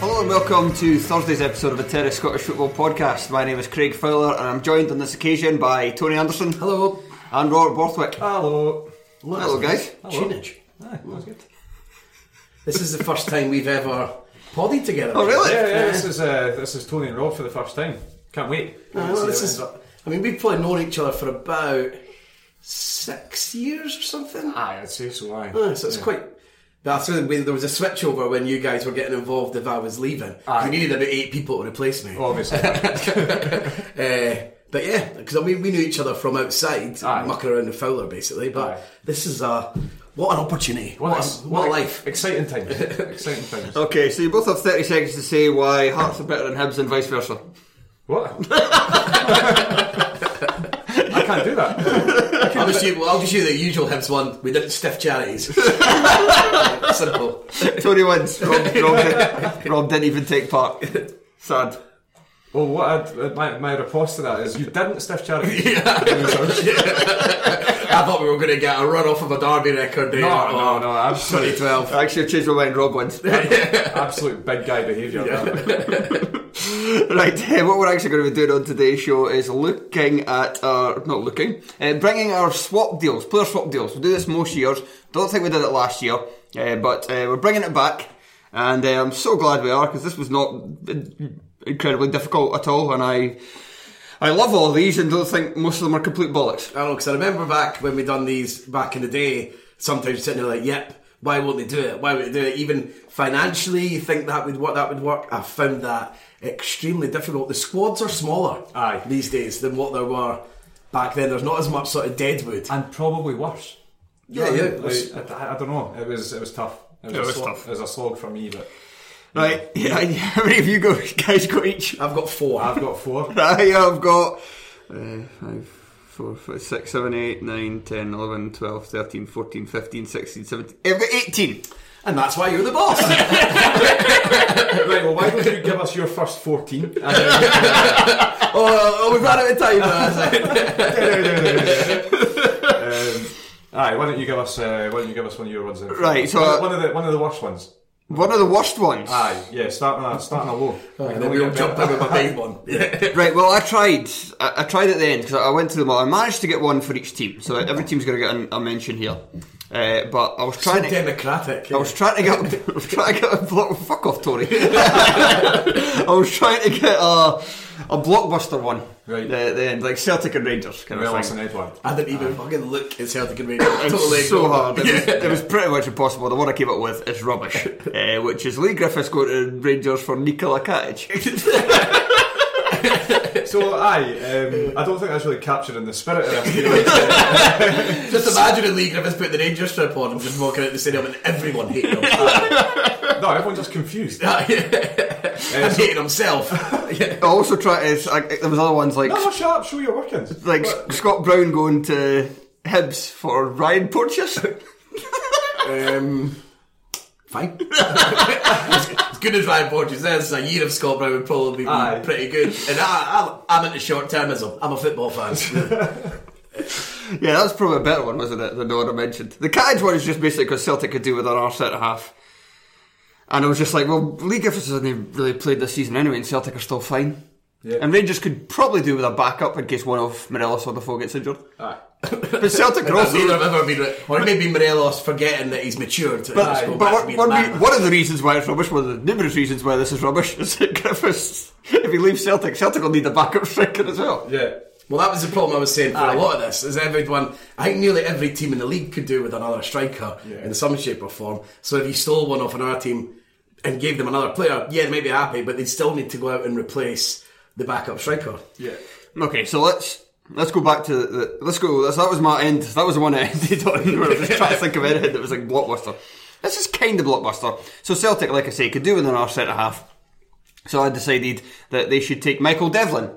Hello and welcome to Thursday's episode of the Terrace Scottish Football Podcast. My name is Craig Fowler and I'm joined on this occasion by Tony Anderson. Hello. And Robert Borthwick. Hello. Hello, guys. Tunage. Aye, that was good. This is the first time we've ever poddied together. Oh, really? Yeah, yeah, this is uh, this is Tony and Rob for the first time. Can't wait. No, See how Ah, this it is, ends up. I mean, we've probably known each other for about six years or something. Aye, I'd say so. Aye. Uh, so it's quite. But I think when there was a switchover when you guys were getting involved if I was leaving. Aye. We needed about eight people to replace me. Obviously. Uh, but yeah, because I mean, we knew each other from outside, Aye. mucking around the Fowler basically. But Aye. this is a. What an opportunity. What, ex- a, what a life. Oh. Exciting times. exciting times. Okay, so you both have 30 seconds to say why Hearts are better than Hibs and vice versa. What? I can't do that. I'll just, use, well, I'll just use the usual Hibs one. We didn't stiff charities. Simple. Tony wins. Rob, Rob, didn't, Rob didn't even take part. Sad. Well, what I'd, my my riposte to that is you didn't stiff charity. Losers. I thought we were going to get a run off of a derby record there. No, no, Oh, no. Absolute, 2012. I actually changed my mind. Rob wins. absolute big guy behaviour. that. Right, eh, what we're actually going to be doing on today's show is looking at our, not looking, uh, bringing our swap deals, player swap deals. We do this most years. Don't think we did it last year, uh, but uh, we're bringing it back. And uh, I'm so glad we are because this was not in- incredibly difficult at all. And I, I love all these and don't think most of them are complete bollocks. I don't know, because I remember back when we done these back in the day, sometimes sitting there like, yep, why won't they do it? Why won't they do it? Even financially, you think that would work, that would work. I found that extremely difficult. The squads are smaller Aye. these days than what there were back then. There's not as much sort of deadwood. and probably worse. Yeah, yeah. Like, I, I, don't know. It was it was tough. It was, a was slog, tough. It was a slog for me, but Right, yeah, yeah. how many of you go, guys got each? I've got four. I've got four. I have got uh, five, four, five, six, seven, eight, nine, 10, 11, 12, 13, 14, 15, 16, 17. I've got 18. and that's why you're the boss. right. Well, why don't you give us your first fourteen? Um, And then- oh, oh, we've run out of time. uh, Um, aye, why don't you give us? Uh, why don't you give us one of your ones? Then? Right, so, uh, one, one of the one of the worst ones. One of the worst ones. Aye, yeah, starting a starting a low. We can and then only we'll get jump in better. with my main one. Yeah. Right, well, I tried. I, I tried at the end because I went to them all. I managed to get one for each team, so every team's going to get an, a mention here. Uh, but I was trying to. Democratic. I was trying to get, I was trying to get a block. Fuck off, Tony. I was trying to get a, a blockbuster one. Right. At the end, like Celtic and Rangers kind Well, of that's thing. an Edward. I didn't even fucking look at Celtic and Rangers. uh, It's totally so ignored hard. them. It was, it was pretty much impossible. The one I came up with is rubbish, uh, which is Lee Griffiths going to Rangers for Nikola Katic. So, aye, um, I don't think that's really capturing the spirit of this. really. Uh, Just imagine a league Griffiths put the Rangers strip on and just walking out the stadium and everyone hating him. Uh, no, everyone's just confused. Uh, and so- hating himself. I also try to. I, there was other ones like no, shut up, show your workings. like But- Scott Brown going to Hibs for Ryan Porteous. Um, fine. as good as Ryan Borges is, a year of Scott Brown would probably be Aye. pretty good. And I, I, I'm into short termism. I'm a football fan. yeah, that's probably a better one, wasn't it, than the one I mentioned. The Katic one is just basically because Celtic could do with an arse and a half. And I was just like, well, Lee Griffiths hasn't even really played this season anyway, and Celtic are still fine. Yeah. And Rangers could probably do with a backup in case one of Morelos or Defoe gets injured. Aye. But Celtic are That's also. neither have ever been. re- Or maybe Morelos forgetting that he's matured. and just go But, back but to one, being one, a re- man. one of the reasons why it's rubbish, one of the numerous reasons why this is rubbish, is that Griffiths, if he leaves Celtic, Celtic will need a backup striker as well. Yeah. Well, that was the problem I was saying for Ah. a lot of this. Is everyone? I think nearly every team in the league could do with another striker in some shape or form. So if you stole one off another team and gave them another player, yeah, they may be happy, but they still need to go out and replace the backup striker. Yeah. Okay, so let's let's go back to the, the let's go. That's, that was my end. That was the one I ended on. Where I was trying to think of anything that was like blockbuster. This is kind of blockbuster. So Celtic, like I say, could do with another centre half. So I decided that they should take Michael Devlin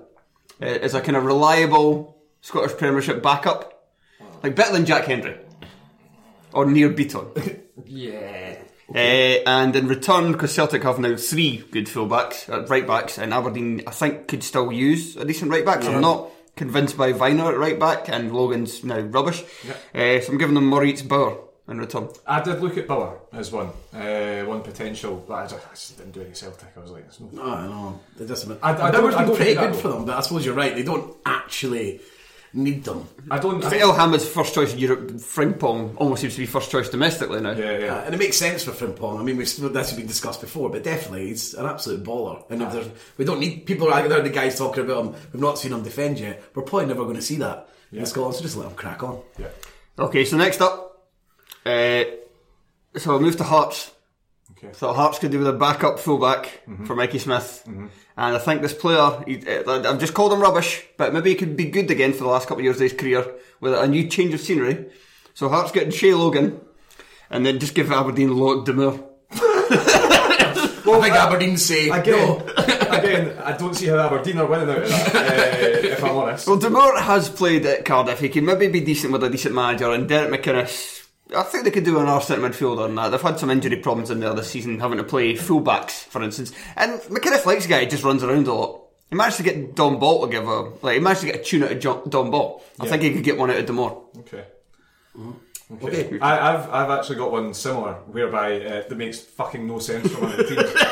uh, as a kind of reliable Scottish Premiership backup, like better than Jack Hendry or near Beaton. Yeah. Uh, and in return, because Celtic have now three good fullbacks, uh, right backs, and Aberdeen, I think, could still use a decent right back. So I'm not convinced by Viner at right back, and Logan's now rubbish. Uh, so I'm giving them Moritz Bauer in return. I did look at Biller as one, uh, one potential, but I just, I just didn't do any Celtic. I was like, it's no. I don't know. They just. I don't- Bauer's I been don't pretty think that good will- for them, but I suppose you're right. They don't actually need them. I don't. I, El Hamid's first choice in Europe, Frimpong almost seems to be first choice domestically now. yeah, yeah. Uh, And it makes sense for Frimpong. I mean, we've, that's been discussed before, but definitely he's an absolute baller. And if there's, we don't need people are there. are The guys talking about him, we've not seen him defend yet. We're probably never going to see that in Scotland. So just let him crack on. yeah. Okay, so next up, uh, so I'll move to Hearts. Okay. So Hearts could do with a backup fullback for Mikey Smith, and I think this player, he, uh, I've just called him rubbish, but maybe he could be good again for the last couple of years of his career with a new change of scenery. So Hearts getting Shea Logan, and then just give Aberdeen Lock Demure. I think Aberdeen say Again, no. again, I don't see how Aberdeen are winning out of that. Uh, if I'm honest, Well, Demure has played at Cardiff. He can maybe be decent with a decent manager, and Derek McInnes. I think they could do an Arsenal midfielder on that. They've had some injury problems in there this season, having to play fullbacks, for instance. And McInnes likes a guy who just runs around a lot. He managed to get Don Ball to give a like. He managed to get a tune out of John, Don Ball. I think he could get one out of Demore. okay. Mm-hmm. Okay. I, I've I've actually got one similar whereby uh, that makes fucking no sense for one of the teams. but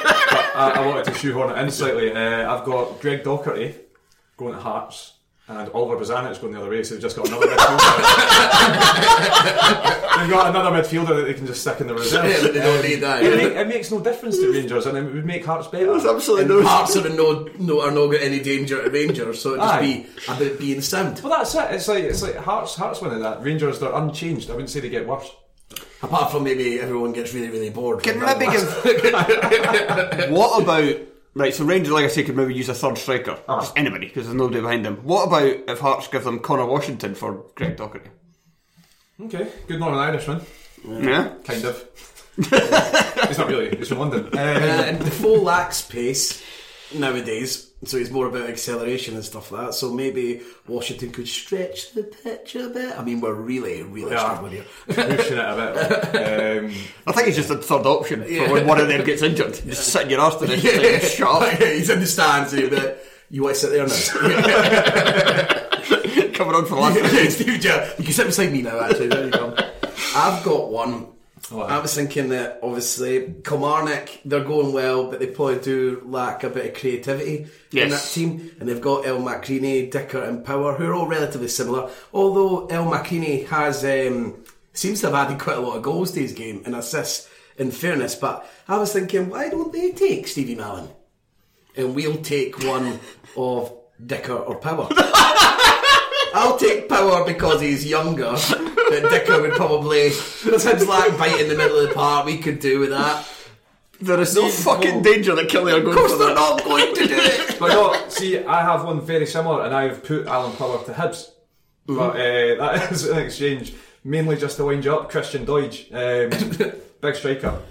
I, I wanted to shoehorn it in slightly. Uh, I've got Greg Docherty going to Hearts and Oliver Bozanic going the other way, so they've just got another midfielder. they've got another midfielder that they can just stick in the reserves. Um, Yeah, but they don't need that. It, make- it makes no difference to Rangers, and it would make Hearts better. absolutely Hearts are in no, no are not got any danger to Rangers, so it'd just Aye. be about being sound. Well, that's it. It's like it's like Hearts. Hearts winning that. Rangers, they're unchanged. I wouldn't say they get worse. Apart from maybe everyone gets really really bored. Can From maybe that last- give. what about right? So Rangers, like I say, could maybe use a third striker, Uh-huh. just anybody, because there's nobody behind them. What about if Hearts give them Connor Washington for Greg Docherty? Okay, good Northern Irishman, Yeah. kind of. he's not really. He's from London. Uh, Um, and Defoe lacks pace nowadays, so he's more about acceleration and stuff like that. So maybe Washington could stretch the pitch a bit. I mean, we're really, really Yeah. struggling here. pushing it a bit. Um, I think it's just a third option for when one of them gets injured. Just sit in your arse to this thing, shut he's in the stands and he'll be like, you want to sit there now? up, coming on for the last Yeah, Steve Jobs. You can sit beside me now, actually. There you go. I've got one. Oh, I was thinking that obviously Kilmarnock, they're going well, but they probably do lack a bit of creativity in Yes. that team. And they've got El Macrini, Dicker, and Power, who are all relatively similar. Although El Macrini has um, seems to have added quite a lot of goals to his game and assists, in fairness. But I was thinking, why don't they take Stevie Mallon? And we'll take one of Dicker or Power. I'll take Power because he's younger. But Dicker would probably. That sounds like bite in the middle of the park. We could do with that. There is no fucking danger that Kelly are going Of course, for they're that. not going to do it. but no, see, I have one very similar, and I've put Alan Power to Hibs, but uh, that is an exchange mainly just to wind you up. Christian Deutsch, um, big striker,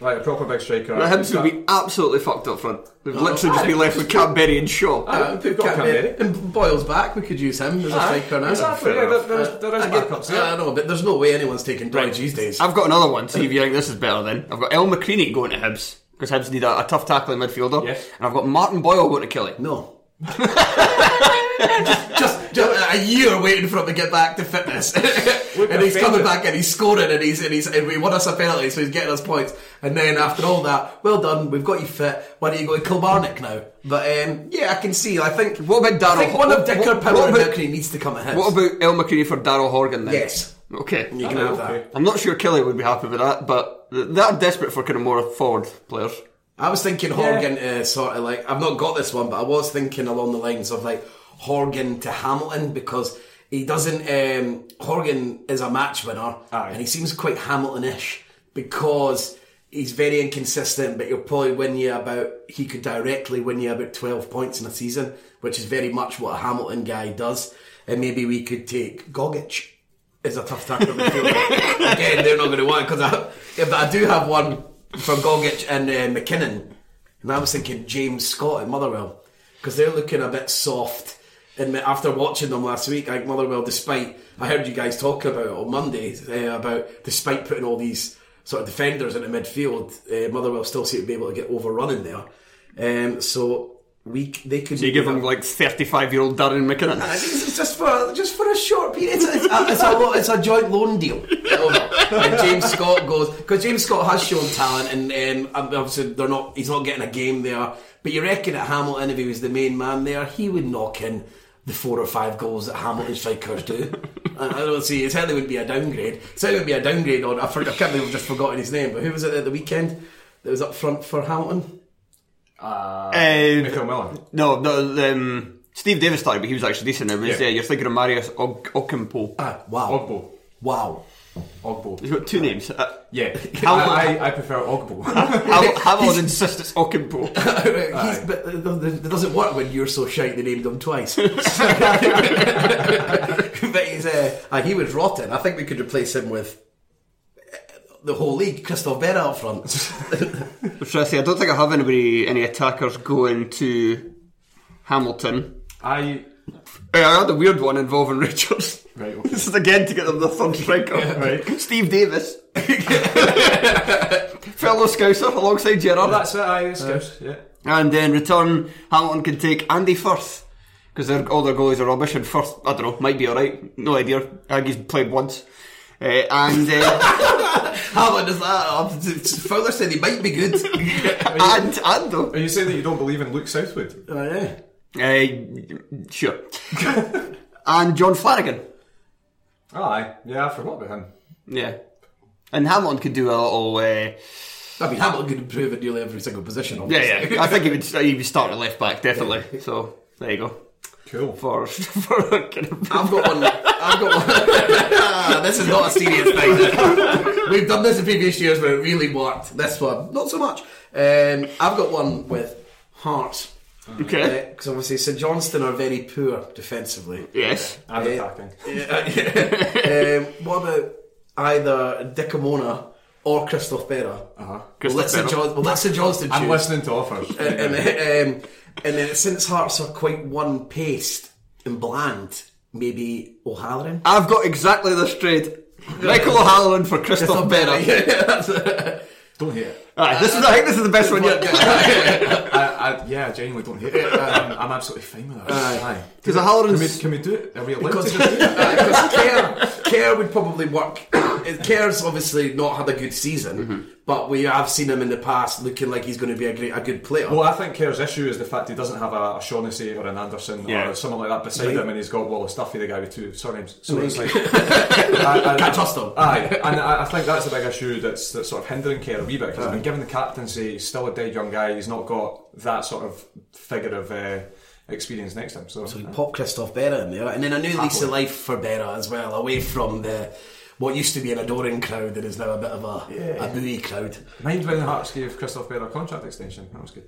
like a proper big striker. The He's Hibs got- would be absolutely fucked up front. They'd literally just be left with Cadbury and Shaw. Uh, We've got Canberra. and Boyle's back. We could use him as a striker now. Exactly. Yeah, there, there is, there is I, get- backups. I Yeah. know, but there's no way anyone's taking Dodge these days. I've got another one, see if you think this is better then. I've got El McCreaney going to Hibs, because Hibs need a, a tough tackling midfielder. Yes. And I've got Martin Boyle going to Kelly. No. just, just, I spent a year waiting for him to get back to fitness, and he's coming offended. back and he's scoring and he's and he's and we won us a penalty, so he's getting us points. And then after all that, well done, we've got you fit. Why don't you go to Kilbarnick now? But um, yeah, I can see. I think What about Darryl I think one Ho- of Dicker, what- Power, what and about- Mercury needs to come at his. What about El McCready for Daryl Horgan then? Yes. Okay. you can have that. I'm not sure Kelly would be happy with that, but they're desperate for kind of more forward players. I was thinking Horgan to sort of like I've not got this one, but I was thinking along the lines of like Horgan to Hamilton because he doesn't. Um, Horgan is a match winner, Aye. and he seems quite Hamilton-ish because he's very inconsistent. But he'll probably win you about he could directly win you about twelve points in a season, which is very much what a Hamilton guy does. And maybe we could take Gogic is a tough tackle midfielder. Again, they're not going to want because I, yeah, but I do have one from Gogic and uh, McKinnon, and I was thinking James Scott at Motherwell because they're looking a bit soft. And after watching them last week, like Motherwell, despite I heard you guys talk about it on Monday uh, about despite putting all these sort of defenders into midfield, uh, Motherwell still seem to be able to get overrun in there. Um, so we c- they could Do you give them like 35 year old Darren I McKinnon? think it's just for just for a short period. It's, it's, a, it's, a, lo- it's a joint loan deal. and James Scott goes because James Scott has shown talent, and um, ob- obviously they're not. He's not getting a game there. But you reckon at Hamilton, if he was the main man there, he would knock in the four or five goals that Hamilton strikers do. I I don't see. It certainly would be a downgrade. Certainly would be a downgrade on. I, for, I can't believe I've just forgotten his name. But who was it at the weekend that was up front for Hamilton? Uh, Michael Miller. Um, no, no um, Steve Davis started, but he was actually decent. It was, Yeah. uh, you're thinking of Marius Og- Ocampo. Ah, wow, Ogbo. wow. Ogbo. He's got two names. Uh, Yeah. How- I, I, I prefer Ogbo. Hav- Haviland insists it's Ocampo. He's, but it doesn't- it doesn't work when you're so shite they named him twice. but he's, uh, aye, he was rotten. I think we could replace him with uh, the whole league, Christoph Berra up front. Should I say, I don't think I have anybody, any attackers going to Hamilton. I. Uh, I had a weird one involving Richards. Right, okay. This is again to get them the third striker. right. Steve Davis. Fellow Scouser alongside Gerard. Oh, that's it. I it's good. Yeah. And then return, Hamilton can take Andy Firth. Because all their goalies are rubbish, and Firth, I don't know, might be alright. No idea. I think he's played once. Uh, and uh, How about does that? Um, Fowler said he might be good. and and though, Are you saying that you don't believe in Luke Southwood? Oh, yeah. uh, sure. and John Flanagan, Oh, aye. Yeah, I forgot about him. yeah. And Hamilton could do a little. Uh, I mean, Hamilton could improve at nearly every single position. Obviously. yeah, yeah. I think he would. He would start at left back definitely. So there you go. Cool. For for kind of I've got one. I've got one. this is not a serious thing. We've done this in previous years where it really worked. This one, not so much. Um, I've got one with Hearts. okay. Because obviously, St Johnston are very poor defensively. Yes. And attacking. um, what about either Dickamona or Christoph Berra? Uh-huh. Well, Christoph let St Berra. John- well, let St Johnston choose. Uh, I'm listening to offers. and, eh, then, um, and then since Hearts are quite one paced and bland, maybe O'Halloran. I've got exactly this trade. Michael O'Halloran for Christoph Berra. don't hate it. Alright, this is, I think this is the best one yet. I, I, yeah, I genuinely don't hate it. Um, I'm absolutely fine with that. Aye. Because Can we, O'Halloran's can we do it? Are we allowed to Because do it? care, care would probably work. Care's obviously not had a good season, but we have seen him in the past looking like he's going to be a great, a good player. Well, I think Kerr's issue is the fact he doesn't have a, a Shaughnessy or an Anderson Yeah. or someone like that beside Right. him, and he's got Wallace Stuffy, the guy with two surnames. So it's like. I, I, Can't trust him. Aye, and I, I think that's the big issue that's, that's sort of hindering Kerr a wee bit. 'cause he's been given the captaincy, he's still a dead young guy, he's not got that sort of figure of uh, experience next to him. So, Pop Christoph Berra in there, and then a new lease of life for Berra as well, away from the what used to be an adoring crowd that is now a bit of a a booey crowd. mind when the Hearts gave Christoph Bear a contract extension? That was good.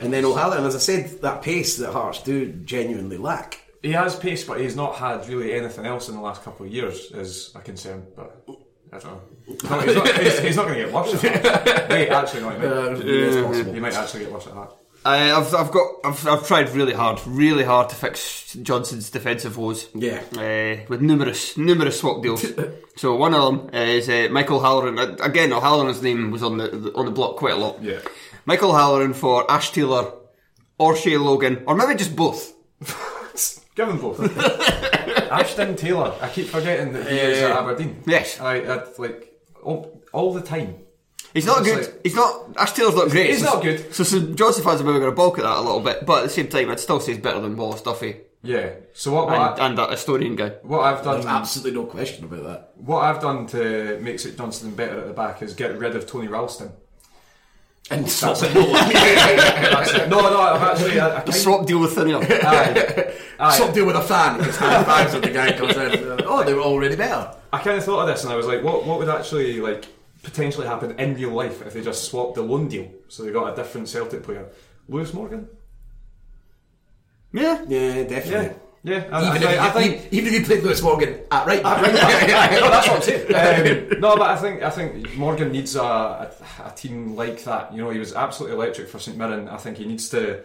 And then O'Halloran, as I said, that pace that Hearts do genuinely lack. He has pace, but he's not had really anything else in the last couple of years, is a concern. But I don't know. No, he's not, he's, he's not going to get worse at that. Wait, actually, no, he might. Uh, it's possible. He might actually get worse at that. I, I've, I've got, I've, I've tried really hard, really hard to fix Johnson's defensive woes. Yeah. Uh, with numerous, numerous swap deals. so one of them is uh, Michael Halloran. Uh, Again, O'Halloran's name was on the, the on the block quite a lot. Yeah. Michael Halloran for Ash Taylor or Shea Logan, or maybe just both. Give him both. Ashton Taylor. I keep forgetting that he is Eh, at Aberdeen. yes. I, I like all, all the time. He's not It's good. like- he's not. Ash Taylor's not great. He's So- not good. So, so Johnson fans are maybe going to balk at that a little bit, but at the same time, I'd still say he's better than Wallace Duffy Yeah. So what and, what, I, and that Estonian guy. what I've done There's absolutely no question about that. what I've done to make St Johnston better at the back is get rid of Tony Ralston. And that's it. That's it. No, no, I've actually I, I The kind swap deal with Thinner. Aye. Aye. Stop dealing with a fan. It's kind of bags when the guy comes in. Oh, they were already better. I kind of thought of this, and I was like, what what would actually like potentially happen in real life if they just swapped the loan deal? So they got a different Celtic player, Lewis Morgan. yeah. Yeah, definitely. Yeah, I, Even, I, if, I think even if you played Lewis Oh, Morgan at right back. no, that's what I'm saying. Um, no, but I think I think Morgan needs a, a, a team like that. You know, he was absolutely electric for St Mirren. I think he needs to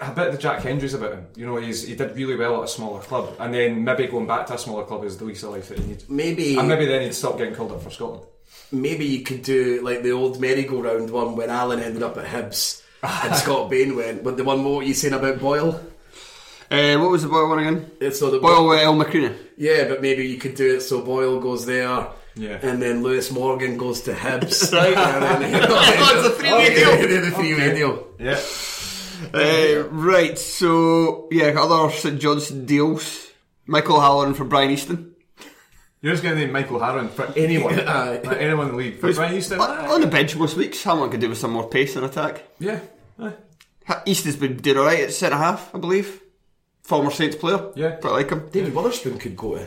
a bit of the Jack Hendry's about him. You know, he's he did really well at a smaller club, and then maybe going back to a smaller club is the least of life that he needs. Maybe- and maybe then he'd stop getting called up for Scotland. Maybe you could do like the old merry-go-round one when Alan ended up at Hibs and Scott Bain went. But the one what were you saying about Boyle? Uh, what was the boy one again? It's not the Boyle uh, El Macrina. Yeah, but maybe you could do it so Boyle goes there. Yeah. And then Lewis Morgan goes to Hibs. Right. And then, It's a three-way Okay, the three-way deal. Yeah, Uh, right, so yeah, other St Johnson deals. Michael Halloran for Brian Easton. you're just going to name Michael Harron for anyone, Aye. like anyone in the league. For Brian Easton, On- aye. on the bench most weeks, Halloran could do with some more pace and attack. yeah, aye. Ha- Easton's been doing alright at centre half, I believe. Former Saints player. Yeah. Quite like him. Uh, David Witherspoon could go to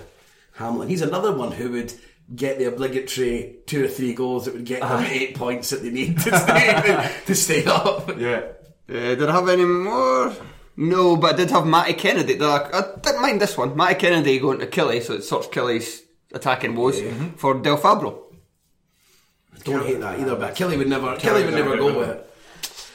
Hamlin. He's another one who would get the obligatory two or three goals that would get them eight points that they need to stay, to stay up. yeah. Uh, did I have any more? No, but I did have Matty Kennedy. Did I, I didn't mind this one. Matty Kennedy going to Kelly, so it sorts Kelly's attacking woes for Del Fabro. Don't hate that either, but Kelly would never Kelly would never go with it.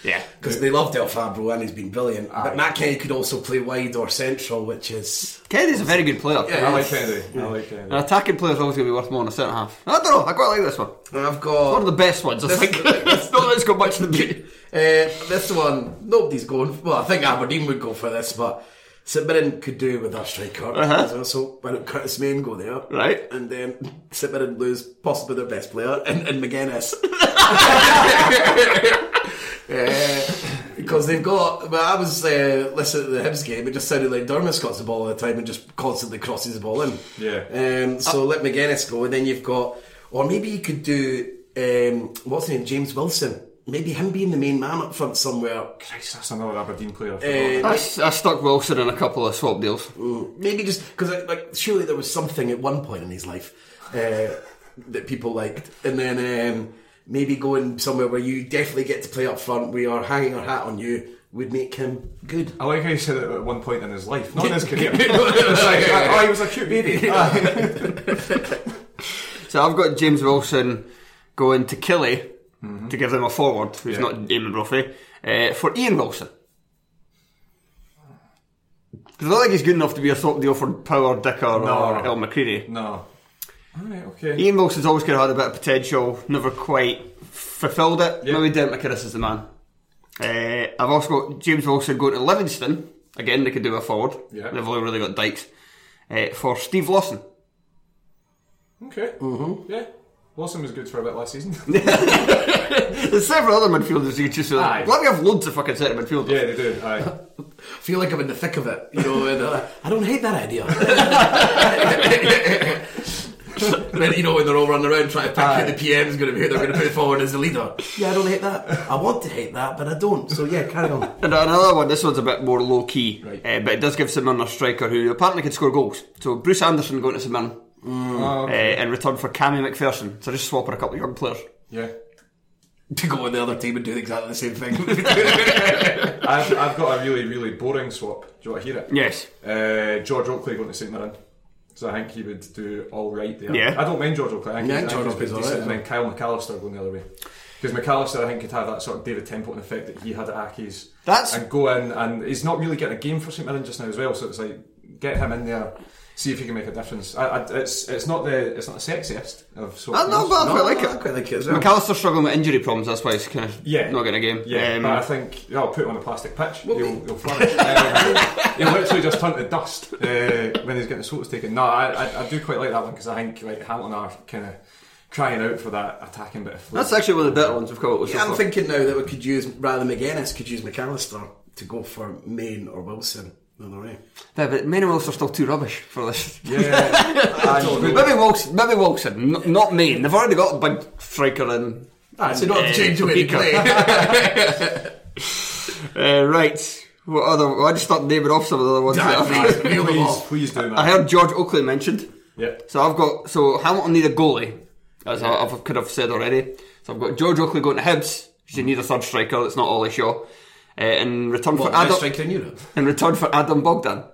Yeah. Because they love Del Fabro and he's been brilliant. But Matt Kenny could also play wide or central, which is Kennedy's a very good player. Yeah. I like Kennedy. I like Kennedy. An attacking player is always going to be worth more than a centre half. I don't know. I quite like this one. I've One of got the best ones, I think. it's not that it's got much to do. Uh, this one, nobody's going. Well, I think Aberdeen would go for this, but St Mirren could do with our striker. as well. So why don't Curtis Main go there? Right. And then St Mirren lose possibly their best player and, and McGuinness. Because they've got. Well, I was uh, listening to the Hibs game. It just sounded like Dermot got the ball all the time and just constantly crosses the ball in. Yeah. Um, so let McGuinness go, and then you've got, or maybe you could do um, what's his name, James Wilson. Maybe him being the main man up front somewhere. Christ, that's another Aberdeen player. Uh, I, s- I stuck Wilson in a couple of swap deals. Maybe just because like surely there was something at one point in his life uh, that people liked, and then um, maybe going somewhere where you definitely get to play up front, we are hanging our hat on you, would make him good. I like how you said it at one point in his life, not in his career. It's like, oh, he was a cute baby. Ah. So I've got James Wilson going to Killy to give them a forward, who's Yeah. not Eamon Brophy, uh, for Ian Wilson. Because I don't think he's good enough to be a swap deal for Power, Dicker, or El McCready. no. Alright, okay. Ian Wilson's always kind of had a bit of potential, never quite fulfilled it. Yeah. Maybe Dent McInnes is the man. Uh, I've also got James Wilson going to Livingston. Again, they could do a forward. Yeah. They've only really got Dykes. Uh, for Steve Lawson. Okay. Yeah. Wilson was good for a bit last season. There's several other midfielders you could choose from. Aye. Why do we have loads of fucking centre midfielders? yeah, they do. Aye. I feel like I'm in the thick of it, you know. And, uh, I don't hate that idea. Then, you know when they're all running around trying to pick who the PM's going to be, who they're going to put forward as the leader. Yeah, I don't hate that. I want to hate that, but I don't. So yeah, carry on. And another one, this one's a bit more low key, Right. uh, but it does give Simon a striker who apparently could score goals. So Bruce Anderson going to Simon Oh, uh, in return for Cammy McPherson. So just swapping a couple of young players. yeah. to go on the other team and do exactly the same thing. I've, I've got a really, really boring swap. Do you want to hear it? Yes. Uh, George Oakley going to St Mirren. So I think he would do all right there. Yeah. I don't mind George Oakley. I think, Yeah, he's- I think George he's been Oakley's decent. all right, And then Kyle McAllister going the other way. Because McAllister, I think, could have that sort of David Templeton effect that he had at Aki's. That's- And go in, and he's not really getting a game for St Mirren just now as well, so it's like, get him in there. see if you can make a difference. I, I, it's it's not the it's not the sexiest of sorts. Uh, no, but I quite like I it. quite like it as well. McAllister's struggling with injury problems, that's why he's kind of Yeah, not getting a game. Yeah, Um, but I think yeah, I'll put it on a plastic pitch. he'll, he'll flourish. Um, he'll literally just turn to dust uh, when he's getting his photos taken. No, I, I, I do quite like that one because I think like Hamilton are kind of crying out for that attacking bit of flair. that's actually one of the better ones we've got. so Yeah, I'm far. thinking now that we could use rather than McGuinness, could use McAllister to go for Maine or Wilson. Either way. Yeah, but many of us are still too rubbish for this. yeah, and good- Maybe Wilson, maybe Wilson, n- not Maine. They've already got a big striker in. Ah, so you don't have to change the way you Beaker. play. Uh, right, what other? well, I just start naming off some of the other ones. Damn, that man. Reel them please, off. please do I that. heard George Oakley mentioned. Yep. So I've got so Hamilton need a goalie, as I, I've could have said already. So I've got George Oakley going to Hibs. 'cause You need a third striker. That's not Ollie Shaw. Uh, in return Well, for best Adam, striker in Europe. in return for Adam Bogdan.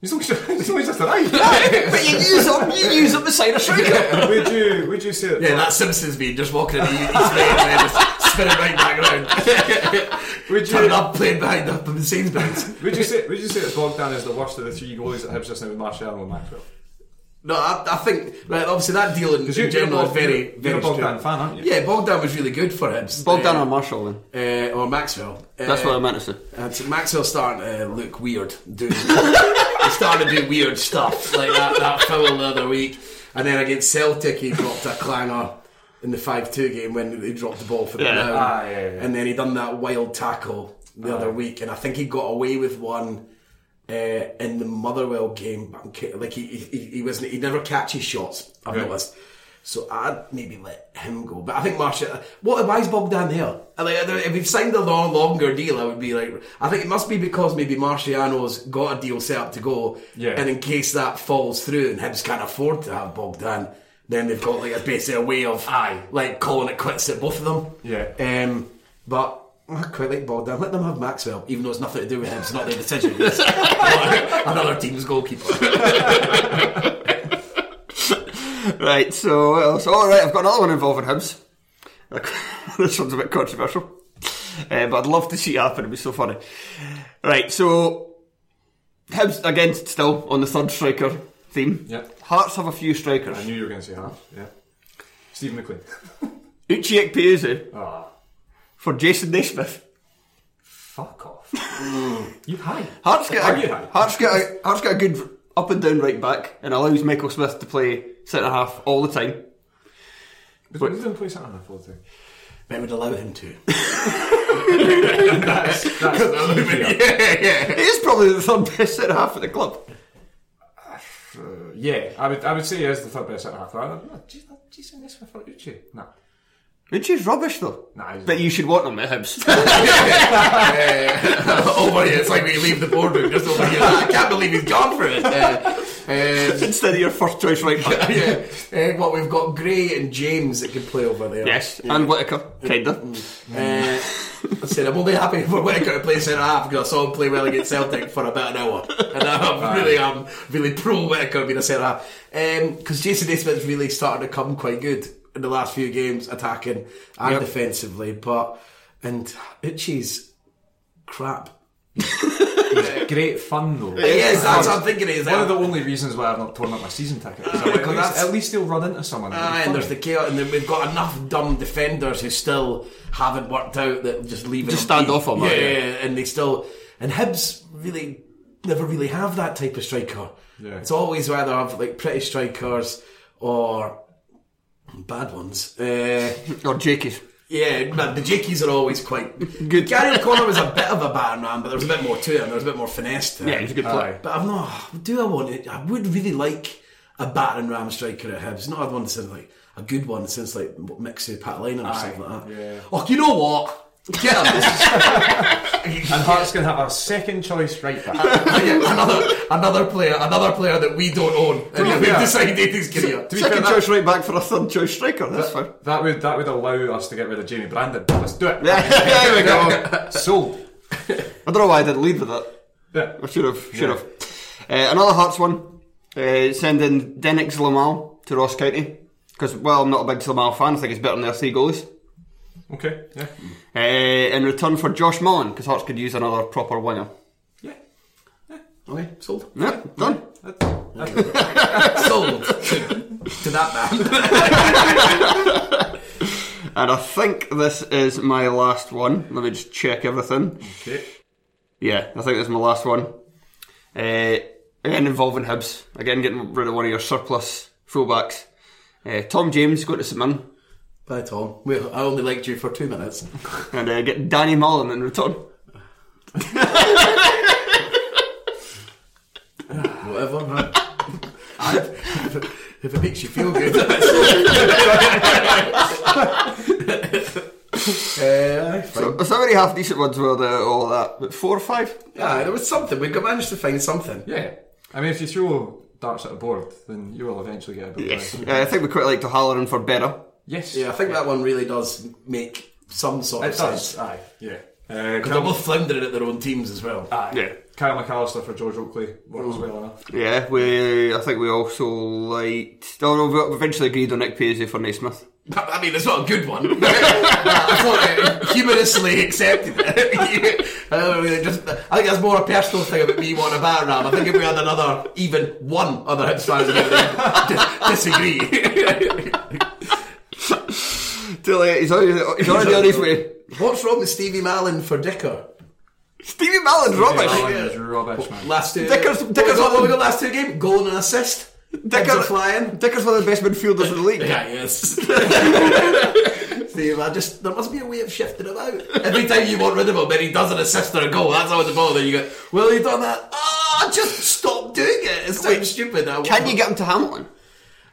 He's only just, he's only just arrived. but you use him. You use him beside a striker. would you would you say that? Yeah, that Simpsons being just walking in the East Bay and then just spinning right back around. Would you- Turning up, playing behind up in the Sainsbury's. Would you say would you say that Bogdan is the worst of the three goalies at Hibs just now with Martial and Maxwell? No, I, I think right. Obviously, that deal in, in Because you're, you're, general Bog- is very, you're, very you're a Bogdan strong. fan, aren't you? Yeah, Bogdan was really good for him. Bogdan uh, or Marshall then. uh, or Maxwell. Uh, That's what I meant to say. And so Maxwell's starting to uh, look weird. Doing, he's starting to do weird stuff like that. That foul the other week, and then against Celtic, he dropped a clanger in the five-two game when he dropped the ball for the Yeah. ground. Ah, yeah, yeah. and then he done that wild tackle the other week, and I think he got away with one. Uh, in the Motherwell game, but I'm ki- like he, he, he wasn't, he never catches shots. I've Right. noticed, so I'd maybe let him go. But I think Marshall. What? Why is Bob down there? I Like, I don't- if he'd signed a long, longer deal, I would be like. I think it must be because maybe Marciano's got a deal set up to go. Yeah. And in case that falls through and Hibs can't afford to have Bogdan, then they've got like a basically a way of aye, like calling it quits at both of them. Yeah. Um, but. I quite like Bogdan. Let them have Maxwell, even though it's nothing to do with him. It's not their decision. It's another team's goalkeeper. Right, so what else? All right, I've got another one involving Hibs. this one's a bit controversial, uh, but I'd love to see it happen. It'd be so funny. Right, so Hibs again still on the third striker theme. Yep. Hearts have a few strikers. I knew you were going to say half. Yeah. Steve McLean. Uche Ekpeuzu Ah, for Jason Naismith. fuck off. Mm. You high? Hearts get Are you a, high? Hearts get a, Hearts get a good up and down right back and allows Michael Smith to play centre half all the time. But we didn't play Saturn all the time. They would allow him to. That's that's yeah. He is probably the third best centre half at the club. Uh, yeah, I would I would say he is the third best centre half. I don't know. Jeez, that- Jason this for Uche. No. Uche's rubbish though. Nah, he's- but you should want him at Hibs. over here. It's like when you leave the boardroom, just over here. I can't believe he's gone for it. Uh, uh, instead of your first choice right back. yeah. Uh, what we've got Gray and James that can play over there. Yes, and Whitaker, kinda. Mm. Uh, I said I'm only happy for Whitaker to play centre half because I saw him play well against Celtic for about an hour, and now I'm really I'm really pro Whitaker being a centre half because Jason Naismith's really started to come quite good in the last few games, attacking and Yep. defensively. But and Uchi's crap. It's great fun though. Yes, that's what I'm thinking. Is One of the only reasons why I've not torn up my season ticket. So at, least, that's- at least he'll run into someone. It'll be Aye, Ah, and funny. there's the chaos, and then we've got enough dumb defenders who still haven't worked out that just leave Just them stand be. off on yeah, that, yeah, yeah. yeah, and they still and Hibs really never really have that type of striker. Yeah. It's always rather have like pretty strikers or bad ones. Uh, Or Jakey's. yeah, man, the Jakies are always quite good. Gary O'Connor was a bit of a bad man, but there was a bit more to him. There was a bit more finesse to him. Yeah, he's a good player. Aye. But I'm not. Do I want it? I would really like a battering ram striker at Hibs. Not had one since like a good one since like Mixu Patalina or something like that. yeah. Oh, you know what? Get him. And Hearts can have a second choice right back. another another player, another player that we don't own, be and we've fair- decided he's going to. Second choice right back for a third choice striker, that's fine. that would that would allow us to get rid of Jamie Brandon. Let's do it. there we go. Sold. I don't know why I didn't lead with that. Yeah. I should have, should have. Uh, another Hearts one, uh, sending Denix Lamal to Ross County. Because, well, I'm not a big Lamal fan, I think he's better than their three goalies. Okay. Yeah. Uh, in return for Josh Mullen, because Hearts could use another proper winger. Yeah. Okay, sold. Yep, done. Sold to, to that And I think this is my last one. Let me just check everything. Okay. Yeah, I think that's my last one. Uh, again, involving Hibs. Again, getting rid of one of your surplus fullbacks. Uh, Tom James going to St Mirren man. Bye, Tom. Well, I only liked you for two minutes. and uh, get Danny Mullen in return. Whatever. man. if, it, if it makes you feel good. Uh, aye, fine. So, so many half decent ones were there, all that, but four or five? Aye, there was something. We got- managed to find something. Yeah. I mean, if you throw darts at a board, then you will eventually get a bit Yes. of Uh, I think we quite like to holler in for better. Yes. Yeah, I think that one really does make some sort of It does. sense. Aye. Yeah. Uh, Because they're Cal- both floundering at their own teams as well. aye. Yeah. Kyle McAllister for George Oakley works well enough. Yeah, we. I think we also liked. Oh no, we eventually agreed on Nick Paisley for Naismith. I mean, it's not a good one. I thought it humorously accepted it. I, don't know, it just, I think that's more a personal thing about me wanting a bat ram. I think if we had another, even one other Hibs fan, would disagree. Too late. He's already, he's already on his way. What's wrong with Stevie Mallon for Dicker? Stevie Mallon's Oh, rubbish. Alan is rubbish, man. Last two. Dicker's- what Dicker's was that on- what we got last two game? Goal and an assist. Dicker Dicker- flying. Dicker's one of the best midfielders in the league. Yeah, yes. Steve, I just there must be a way of shifting him out. Every time you want rid of him, then he does an assist or a goal. That's how it's about. Then you go, well, you done that. Ah, just stop doing it. It's so stupid. I, Can you get him to Hamilton?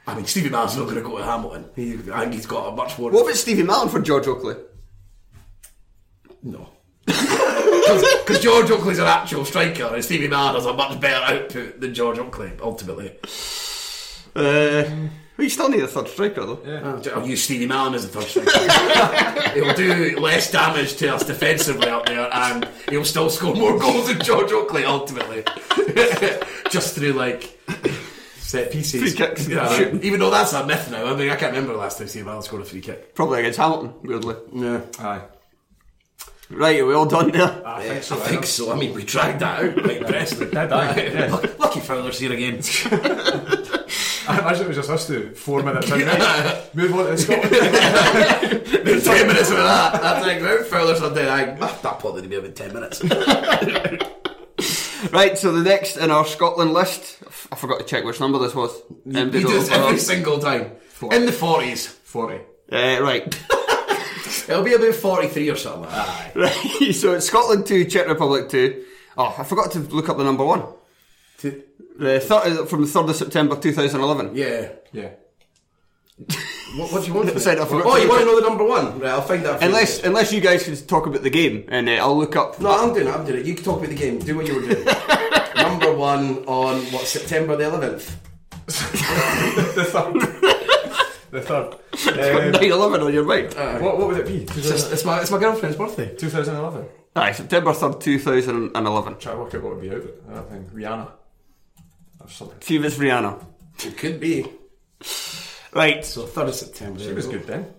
I mean, Stevie Mallon's not going to go to Hamilton. He, I think he's got a much more. What about Stevie Mallon for George Oakley? No. Because George Oakley's an actual striker, and Stevie Mallon has a much better output than George Oakley, ultimately. Uh, we still need a third striker though. Yeah. I'll use Stevie Mallon as Oh, the first striker. he'll do less damage to us defensively up there, and he'll still score more goals than George Oakley ultimately. Just through like set pieces, Free kicks. Yeah, Shooting. even though that's a myth now. I mean, I can't remember the last time Stevie Mallon scored a free kick. Probably against Hamilton, weirdly. Yeah, Aye. Right, are we all done there? I think so. I think so. I mean, we dragged that out like Preston. I? Yeah. Lucky- Lucky Fowler's here again. I imagine it was just us two, four minutes in. right? Move on to Scotland. uh, There's ten minutes of that. That's like right, Fowler's not there. I that probably be about ten minutes. Right, so the next in our Scotland list, I f- I forgot to check which number this was. Um, he did does it all- every single time in the forties. 40. Uh, right. It'll be about 43 or something. Aye. Right, so it's Scotland 2, Czech Republic 2. Oh, I forgot to look up the number one. The thir- uh, from the 3rd of September 2011. Yeah. Yeah. What, what do you want? Said I oh, forgot to- you want to know the number one? Right, I'll find that for Unless you. unless you guys can talk about the game, and uh, I'll look up. No, I'm doing it, I'm doing it. You can talk about the game. Do what you were doing. number one on, what, September the 11th? The third. the third. 9-11 on your mic. Um, what, what would it be? It's, it's my, it's my girlfriend's birthday. 2011. Aye, September 3rd, 2011. Try to work out what would be out of it. I don't think. Rihanna. Or something. See if it's Rihanna. It could be. Right, So 3rd of September. She was good then.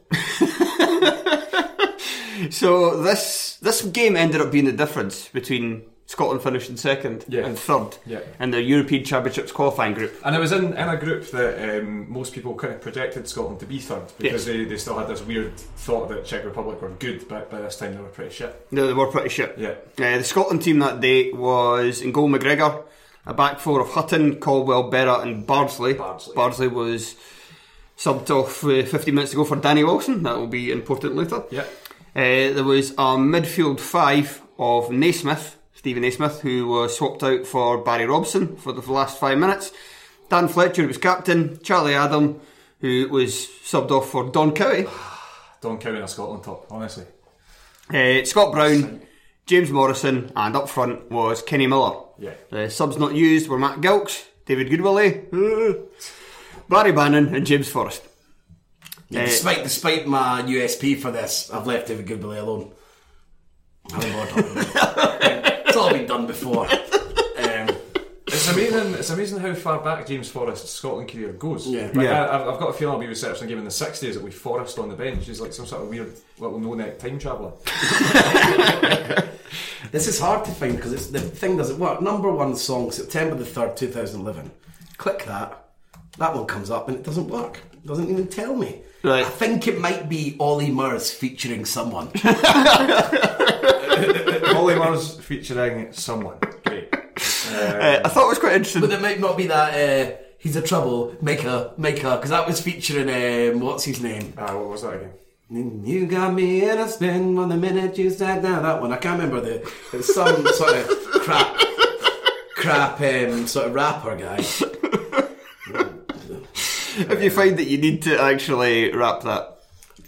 so this this game ended up being the difference between Scotland finishing second Yeah. and third Yeah. in the European Championships qualifying group. And it was in, in a group that um, most people kind of projected Scotland to be third because they, they still had this weird thought that Czech Republic were good, but by this time they were pretty shit. No, they were pretty shit. Yeah. Uh, the Scotland team that day was in goal McGregor, a back four of Hutton, Caldwell, Berra, and Bardsley. Bardsley. was subbed off with 15 minutes to go for Danny Wilson. That will be important later. Yeah. Uh, there was a midfield five of Naismith, Stephen Naismith, who was swapped out for Barry Robson for the last five minutes. Dan Fletcher was captain. Charlie Adam, who was subbed off for Don Cowie. Don Cowan a Scotland top, honestly. Uh, Scott Brown, James Morrison, and up front was Kenny Miller. Yeah. The subs not used were Matt Gilks, David Goodwillie, Barry Bannon, and James Forrest. Yeah, despite, despite my USP for this, I've left David Goodbelly alone. I haven't bothered talking about it. It's all been done before. Um, It's amazing. It's amazing how far back James Forrest's Scotland career goes. Yeah. Like, Yeah. I, I've, I've got a feeling I'll be researching a game in the '60s that we Forrest on the bench. He's like some sort of weird little no-neck time traveller. This is hard to find because it's the thing doesn't work. Number one song, September the third, two thousand eleven. Click that. That one comes up and it doesn't work. It doesn't even tell me. Right. I think it might be Ollie Murs featuring someone. Molly Mars featuring someone. Great. Uh, I thought it was quite interesting. But it might not be that. Uh, he's a trouble maker, maker, because that was featuring um, what's his name. Ah, what was that again? You got me in a spin when the minute you sat down. That one I can't remember the. It's some sort of crap, crap um, sort of rapper guy. If you find that you need to actually wrap that,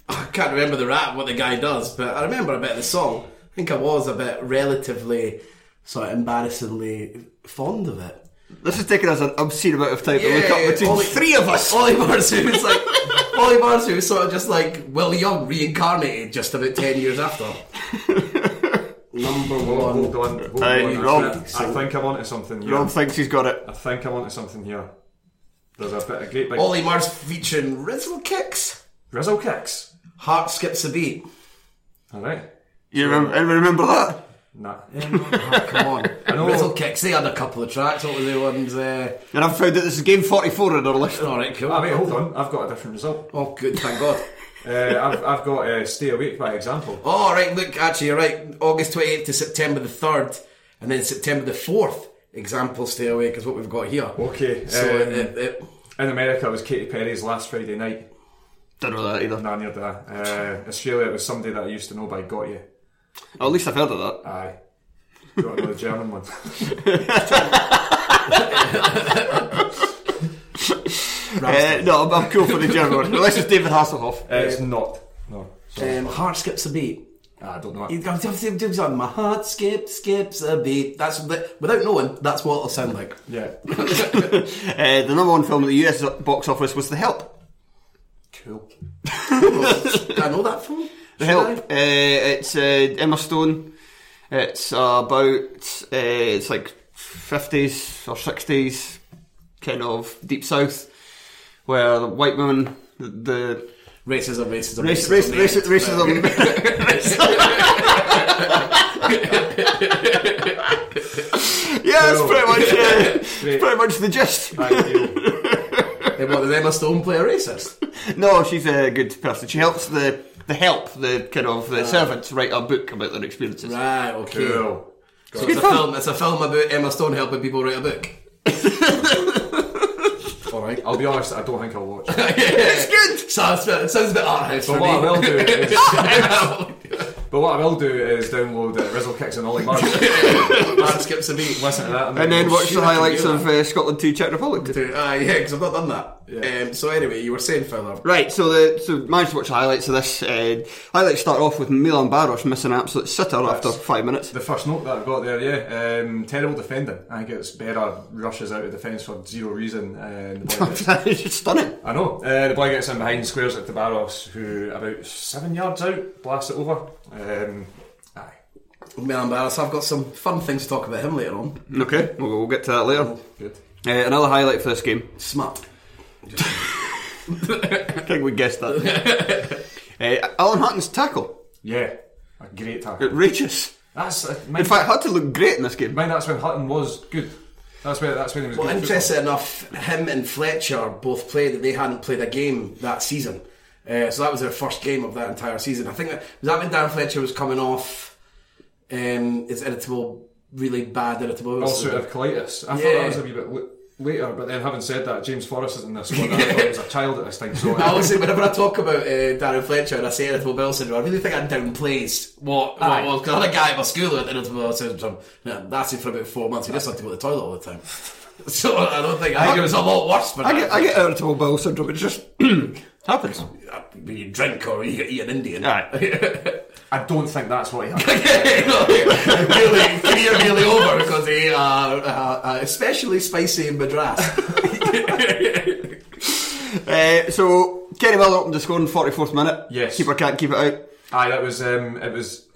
I can't remember the rap what the guy does, but I remember a bit of the song. I think I was a bit relatively sort of embarrassingly fond of it. this has taken us an obscene amount of time to look up between Ollie- three of us. Ollie Marsu was like Ollie Marsu was sort of just like Will Young reincarnated just about ten years after. Number Hold one. on. Hold Aye, on. Rob. I think I'm onto something here. Rob thinks he's got it. I think I'm onto something here. There's a bit of great big Ollie Mars featuring Rizzle Kicks. Rizzle kicks. Heart skips a beat. All right. You remember, anyone remember that? Nah. Oh, come on. know. Rizzle Kicks, they had a couple of tracks. What were the ones? Uh, And I've found that this is game 44 in our list. Alright, cool. Ah, wait, hold on. I've got a different result. Oh, good, thank God. Uh, I've, I've got uh, Stay Awake by example. Oh, right, look, actually, you're right. August 28th to September the 3rd, and then September the 4th. Example, stay away, because what we've got here. Okay, So, uh, um, it, it, it- In America, it was Katy Perry's Last Friday Night. Don't know that either. Nah, near that. Uh, Australia, it was somebody that I used to know by Got You. Oh, at least I've heard of that. Aye. Do you want to know the German one? Uh, no, I'm, I'm cool for the German one. Unless it's David Hasselhoff. Uh, it's not. No. Sorry. um, heart skips a beat. Ah, I don't know. You it. have to- you have to do My heart skips, skips a beat. That's the- Without knowing, that's what it'll sound like. Yeah. Uh, the number one film at the US box office was The Help. Cool. Did I know that film? The Help. Uh, it's uh, Emma Stone. It's about uh, it's like fifties or sixties, kind of deep south, where the white women the, the Racism, racism, race, racism. race, yeah. race, racism. yeah, that's pretty much uh, it's Great. pretty much the gist. Ideal. Eh, what, does Emma Stone play a racist? No, she's a good person. She helps the the help the kind of the servants write a book about their experiences. Right, okay. Cool. So it's, a film, it's a film about Emma Stone helping people write a book. Alright. I'll be honest, I don't think I'll watch it. it's good. Sounds, sounds a bit art house But for what I will me. do is, but what I will do is download uh, Rizzle Kicks and Ollie Mars. Listen That skips a beat. to that. And then watch the I can highlights do of uh, Scotland 2 Czech Republic. Ah, yeah, because I've not done that. Um, so anyway, you were saying, Fowler. Right, so the so managed to watch the highlights of this. Uh, highlights start off with Milan Baros missing an absolute sitter after five minutes. The first note that I've got there, yeah, um, terrible defending. I think it's better rushes out of defence for zero reason. Uh, the boy gets- it's just stunning. I know. Uh, the boy gets in behind, squares at Tabaros, who about seven yards out, blasts it over. Um, aye, Milan Barros, I've got some fun things to talk about him later on. Okay, we'll, we'll get to that later. good. Uh, another highlight for this game. Smart. I think we guessed that. uh, Alan Hutton's tackle. Yeah, a great tackle. Outrageous. That's uh, In fact, Hutton looked great in this game. Mine, that's when Hutton was good. That's when that's when he was Well, good. at interesting enough, him and Fletcher both played, and they hadn't played a game that season. Uh, so that was their first game of that entire season. I think that was that when Dan Fletcher was coming off um, his irritable, really bad irritable. football. ulcerative colitis. I thought Yeah. that was a wee bit l- later, but then having said that, James Forrest is in this one. and I thought he was a child at this time. So I always say whenever I talk about uh, Darren Fletcher and I say irritable bowel syndrome, I really think I downplays what what Aye. was because I had a guy at my school who had irritable bowel syndrome. Yeah, that's it for about four months. He just had to go to the toilet all the time. So I don't think I think it was a lot worse for I that. get, I get irritable bowel syndrome. It just happens. When you drink or you eat an Indian. Aye. I don't think that's what he had. really, three are nearly over because they are uh, uh, especially spicy in Madras. Uh, so Kenny Miller opened the score in 44th minute. Yes. Keeper can't keep it out. Aye, that was um, it was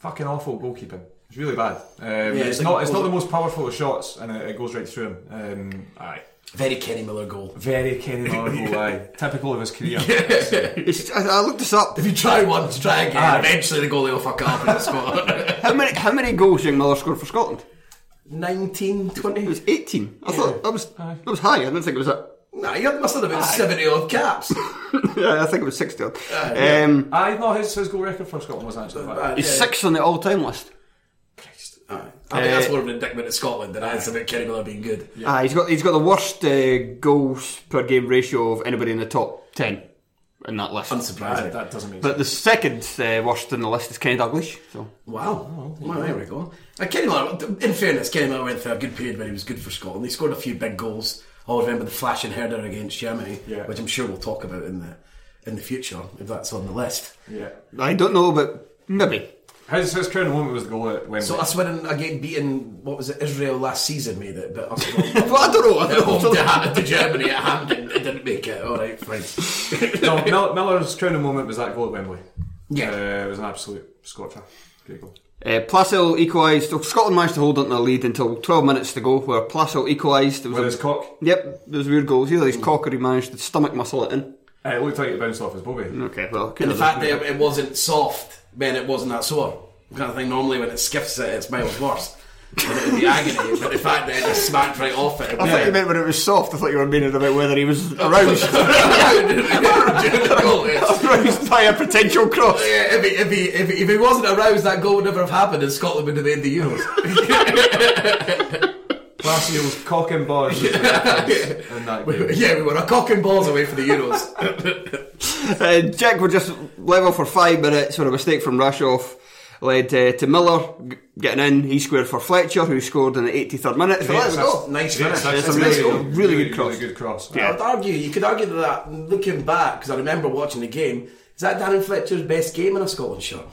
fucking awful goalkeeping. It's really bad. Um, Yeah, it's it's like not. It's goes- not the most powerful of shots, and it, it goes right through him. Um, aye. Very Kenny Miller goal. Very Kenny Marvel, aye. Typical of his career. It's, I, I looked this up. If you try once, try again. Aye. Eventually the goalie will fuck up and it's score. How many how many goals Young Miller scored for Scotland? 19, It 20. was eighteen. I thought that was that was high. I didn't think it was that. Nah, you must have been 70 odd caps. Yeah, I think it was sixty. odd. um, Aye, no, his, his goal record for Scotland was actually bad. Aye. he's sixth on the all time list. Aye. I think that's more of an indictment of Scotland than it is about Kenny Miller being good. Ah, he's got he's got the worst uh, goals per game ratio of anybody in the top ten in that list. Aye, Unsurprising. that doesn't make sense. But the second uh, worst in the list is Kenny Dalglish. So Wow. Well, there we go. Uh, Kenny Miller, in fairness, Kenny Miller went through a good period where he was good for Scotland. He scored a few big goals. I remember the flashing header against Germany, Yeah. which I'm sure we'll talk about in the in the future if that's on the list. Yeah. I don't know, but maybe. His, his crowning moment was the goal at Wembley. So us winning again, beating what was it, Israel last season made it, but us Well, I don't know. I at don't home know. to, Ham- to Germany at Hampden, it didn't make it. All right, fine. no, Mil- Miller's crowning moment was that goal at Wembley. Yeah. Uh, it was an absolute scorcher. Great goal. Uh, Plassell equalised. So Scotland managed to hold on to the lead until 12 minutes to go, where Plassell equalised. It was With a- his cock. Yep, there was weird goals. Either his cock or he managed to stomach muscle it in. Uh, it looked like it bounced off his bobby. Okay, well, And the fact that it wasn't soft meant it wasn't that sore. Kind of thing. Normally, when it skiffs it, it's miles worse. And the agony, but the fact that it just smacked right off it. I thought you meant when it was soft. I thought you were meaning about whether he was aroused, if, aroused by a potential cross. he, if, he, if, he, if he wasn't aroused, that goal would never have happened, and Scotland would have made the Euros. Last year's cock and bars was the difference in that game. yeah, we were a cock and balls away from the Euros. Uh, Jack were just level for five minutes when a mistake from Rashoff led uh, to Miller g- getting in. He squared for Fletcher, who scored in the 83rd minute. So there we go. Nice Yeah, finish. It's that's- that's a really really, good- really really, good cross. really good cross. I would argue, you could argue that looking back, because I remember watching the game, is that Darren Fletcher's best game in a Scotland shirt?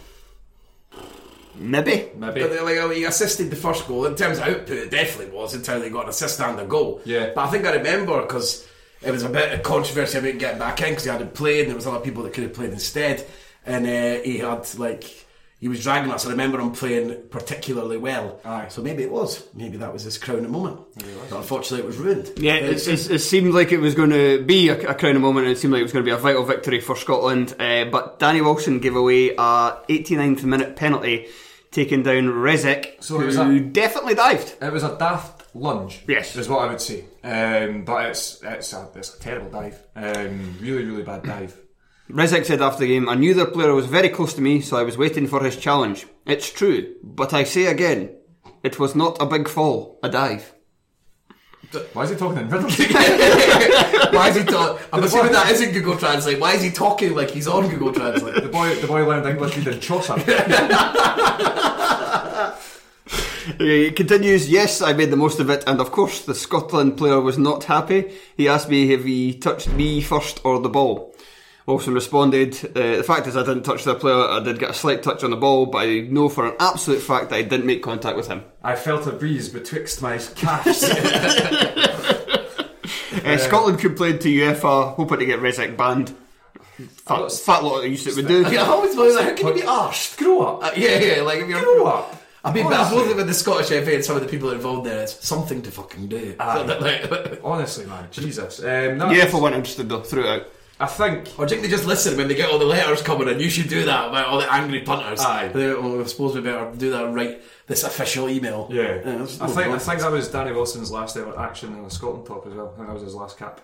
Maybe. Maybe. But they're like, oh, he assisted the first goal. In terms of output, it definitely was in terms of he got an assist and a goal. Yeah. But I think I remember because it was a bit of controversy about getting back in because he hadn't played and there was other people that could have played instead. And uh, he had, like, he was dragging us. I remember him playing particularly well. Aye. So maybe it was. Maybe that was his crowning moment. But unfortunately, it was ruined. Yeah, Uh, it, it, it seemed like it was going to be a, a crowning moment, and it seemed like it was going to be a vital victory for Scotland. Uh, but Danny Wilson gave away a 89th minute penalty, taking down Rezek, So it was who a- definitely dived. It was a daft lunge. Yes. is what I would say. Um, but it's it's a it's a terrible dive. Um, really really bad dive. Rezek said after the game, I knew the player was very close to me, so I was waiting for his challenge. It's true, but I say again, it was not a big fall, a dive. Why is he talking in riddles? Why is he talking? I'm assuming that isn't Google Translate. Why is he talking like he's on Google the Translate? boy the boy learned English reading Chaucer. He continues, yes, I made the most of it, and of course the Scotland player was not happy. He asked me if he touched me first or the ball. Wilson responded, uh, the fact is I didn't touch the player, I did get a slight touch on the ball, but I know for an absolute fact that I didn't make contact with him. I felt a breeze betwixt my calves. Uh, Scotland complained to UEFA, hoping to get Rezek banned. Fat, fat lot of use it would do. I always wonder how can you be arsed? Grow up. Uh, yeah, yeah, like if you're. Grow up. I mean, but I Honestly. suppose with the Scottish FA and some of the people involved there, it's something to fucking do. So that, like- Honestly, man, Jesus. Um, no, UEFA weren't interested though, threw it out. I think or do you think they just listen when they get all the letters coming in? You should do that about all the angry punters. Aye. They, well, I suppose we better do that and write this official email. Yeah, that's- I think I think that was Danny Wilson's last ever action in the Scotland top as well. I think that was his last cap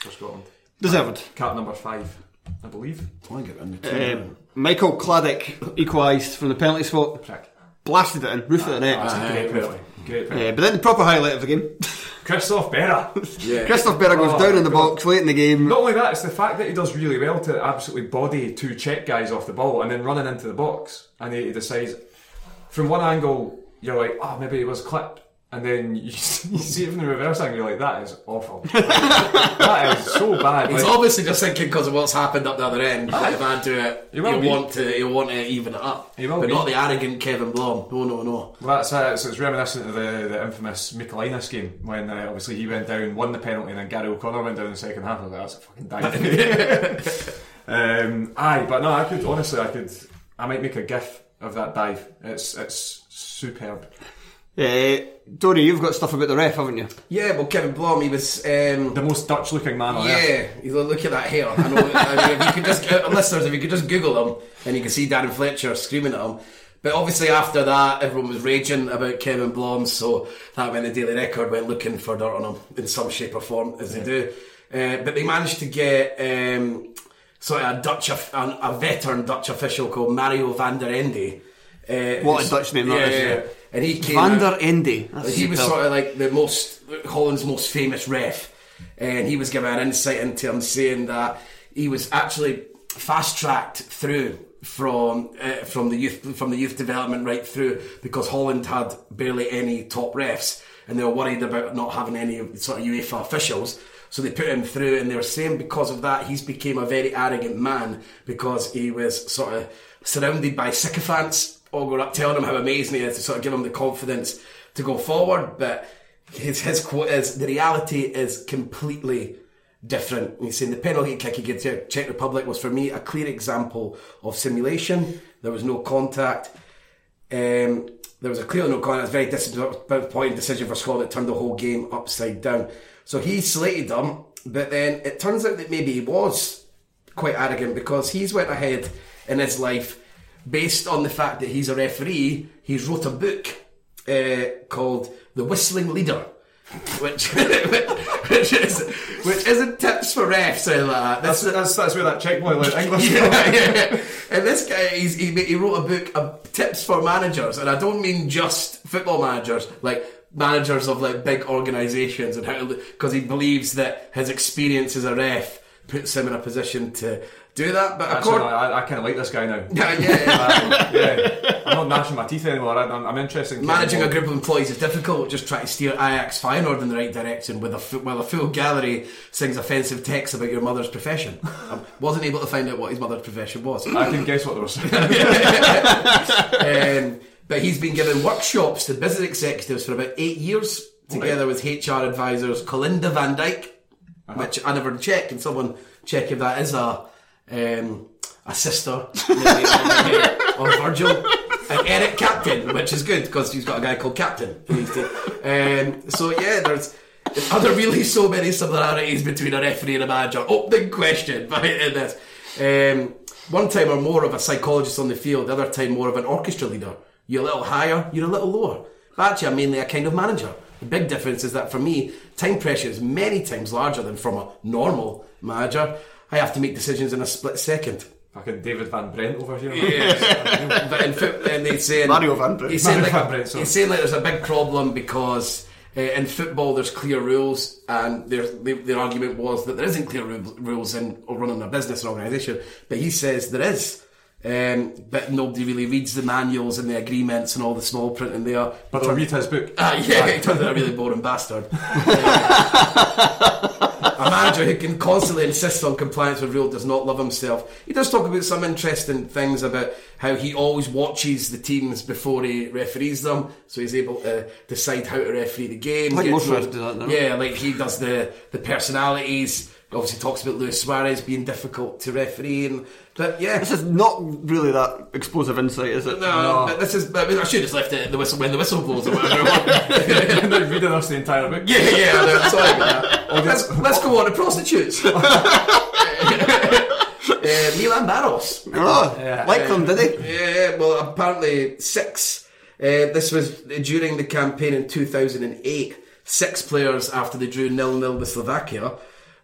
for Scotland. Deserved. Cap number five, I believe. Well, I get round the Uh, team. Michael Claddick equalised from the penalty spot, Prick. blasted it in, roof of the net. That's a great penalty. Great penalty. Uh, but then the proper highlight of the game, Christoph Berra. yeah. Christoph Berra goes Oh, down in the God. box late in the game. Not only that, it's the fact that he does really well to absolutely body two Czech guys off the ball and then running into the box. And he, he decides, from one angle, you're like, oh, maybe it was clipped. And then you, you see it from the reverse angle, you're like, that is awful. that is so bad. He's Like, obviously just thinking because of what's happened up the other end. If If I do it, He he'll will be. want to, he'll want to even it up. He will but be. not the arrogant Kevin Blom. No, no, no. Well, that's uh, so it's reminiscent of the, the infamous Michaelinas game when uh, obviously he went down, won the penalty, and then Gary O'Connor went down in the second half. I was like, that's a fucking dive. um, aye, but no, I could honestly, I could, I might make a gif of that dive. It's it's superb. Uh, Tony, you've got stuff about the ref, haven't you? Yeah, well, Kevin Blom, he was. Um, The most Dutch looking man on earth. Oh, yeah, he's look at that hair. I know. I mean, if you could just, uh, listeners, if you could just Google him, and you could see Darren Fletcher screaming at him. But obviously, after that, everyone was raging about Kevin Blom, so that meant the Daily Record went looking for dirt on him in some shape or form, as they do. Uh, but they managed to get um, sort of a Dutch, of- an- a veteran Dutch official called Mario van der Ende. Uh, What a who's- Dutch name that yeah, is, yeah. yeah. And he came out- Vander Ende. That's he was superb. sort of like the most Holland's most famous ref, and he was giving an insight into him, saying that he was actually fast tracked through from uh, from the youth from the youth development right through because Holland had barely any top refs, and they were worried about not having any sort of UEFA officials. So they put him through, and they were saying because of that he's became a very arrogant man because he was sort of surrounded by sycophants all going up telling him how amazing he is to sort of give him the confidence to go forward. But his his quote is the reality is completely different. And he's saying the penalty kick against the Czech Republic was for me a clear example of simulation. There was no contact. Um, there was a clear no contact. It was a very disappointing decision for Scotland. It turned the whole game upside down. So he slated them, but then it turns out that maybe he was quite arrogant because he's went ahead in his life based on the fact that he's a referee. He's wrote a book uh, called "The Whistling Leader," which which is which isn't tips for refs or anything like that. That's, This is- that's, that's where that Czech boy learned English. yeah, yeah. And this guy, he's, he, he wrote a book of tips for managers, and I don't mean just football managers, like managers of like big organisations, and how because he believes that his experience as a ref puts him in a position to do that. But Actually, no, according, I, I kind of like this guy now. yeah, yeah, yeah. Um, yeah. I'm not gnashing my teeth anymore. I, I'm, I'm interested in Managing a group of employees is difficult. Just try to steer Ajax Feyenoord in the right direction with a fu- while a full gallery sings offensive texts about your mother's profession. I wasn't able to find out what his mother's profession was. I can guess what they were saying. um, but he's been giving workshops to business executives for about eight years, together with HR advisors Colinda Van Dyke, which I never checked. Can someone check if that is a um, a sister maybe, or Virgil? And Eric Captain, which is good because he's got a guy called Captain. who he's to- um, so yeah, there's. Are there really so many similarities between a referee and a manager? Opening question, but in this. Um, one time or more of a psychologist on the field, the other time more of an orchestra leader. You're a little higher, you're a little lower. But actually, I'm mainly a kind of manager. The big difference is that for me, time pressure is many times larger than from a normal manager. I have to make decisions in a split second. Fucking David Van Brent over here. but in foot, and they say Mario Van Brent. He's saying, Mario like, Van Brent, sorry. he's saying like there's a big problem because uh, in football there's clear rules, and their their their argument was that there isn't clear ru- rules in running a business or organisation. But he says there is. Um, but nobody really reads the manuals and the agreements and all the small print in there. But they'll read his book. Ah, yeah, he turns out a really boring bastard. a manager who can constantly insist on compliance with rules does not love himself. He does talk about some interesting things about how he always watches the teams before he referees them, so he's able to decide how to referee the game. Like get most to know- refs do that, don't they? Yeah, like he does the the personalities. Obviously, talks about Luis Suarez being difficult to referee, and but yeah, This is not really that explosive insight, is it? no, but this is. I, mean, I should have just left it at the whistle when the whistle blows or whatever. They're not reading us the entire book. Yeah, yeah, I know. Sorry about that. Let's, let's go on to prostitutes. uh, Milan Barros. Oh, like them, did he? Yeah, yeah, well, apparently six. Uh, this was during the campaign in 2008. Six players after they drew nil nil with Slovakia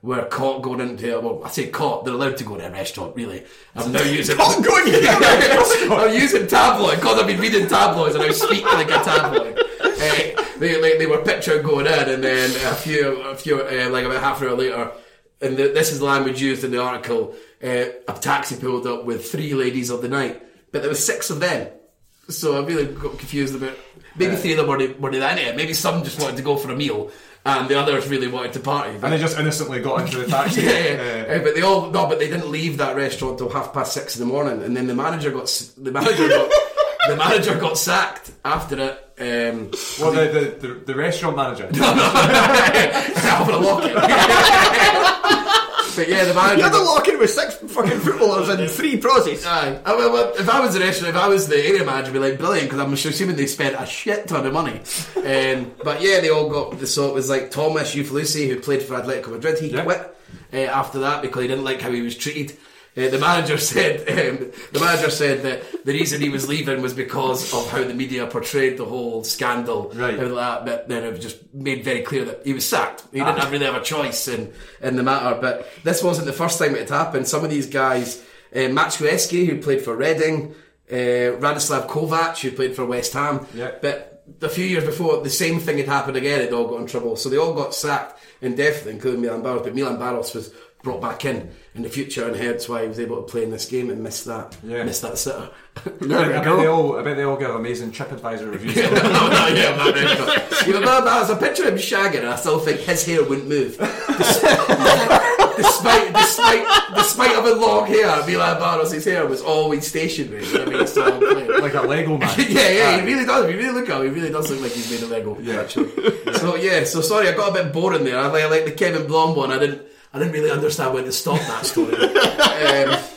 were caught going into well, I say caught. They're allowed to go to a restaurant, really. I'm now using Oh, going here! I'm using tabloid because I've been reading tabloids and I speak like a tabloid. Eh, they, like, they were pictured going in, and then a few, a few, uh, like about half an hour later, and the, this is the language used in the article. Uh, a taxi pulled up with three ladies of the night, but there were six of them. So I really got confused about. Maybe three of them were were in it. Maybe some just wanted to go for a meal, and the others really wanted to party. And they just innocently got into the taxi. Yeah, yeah. Uh, Uh, but they all no, but they didn't leave that restaurant till half past six in the morning, and then the manager got s- the manager got the manager got sacked after it. Um, well, the, the, the, the restaurant manager. I'm gonna lock it. But yeah, the manager. You're the locking with six fucking footballers and three prozzies. Aye. I, well, well, if I was the restaurant, if I was the area manager, I'd be like, brilliant, because I'm assuming they spent a shit ton of money. um, but yeah, they all got the so it was like Thomas Uflusi, who played for Atletico Madrid, he Yeah. quit uh, after that because he didn't like how he was treated. Uh, the manager said um, the manager said that the reason he was leaving was because of how the media portrayed the whole scandal Right. and that. But then it was just made very clear that he was sacked. He didn't have really have a choice in in the matter. But this wasn't the first time it had happened. Some of these guys, uh, Maciejewski, who played for Reading, uh, Radislav Kovac, who played for West Ham. Yeah. But a few years before, the same thing had happened again. They'd all got in trouble, so they all got sacked indefinitely, including Milan Barros. But Milan Barros was brought back in in the future, and hence why he was able to play in this game and miss that, Yeah. miss that sitter. I, There we bet they go. all, I bet they all give amazing TripAdvisor reviews. no, no, yeah, I'm not ready for it. You remember, I was a picture of him shagging, and I still think his hair wouldn't move. despite, despite, despite having long hair, Milan Barros' his hair was always stationary. You know what I mean, so I'm playing. like a Lego man. yeah, yeah, he really does. If you really look at him, he really does look like he's made of Lego. Yeah. Actually. So yeah, so sorry, I got a bit boring there. I like, I like the Kevin Blom one. I didn't, I didn't really understand when to stop that story. um,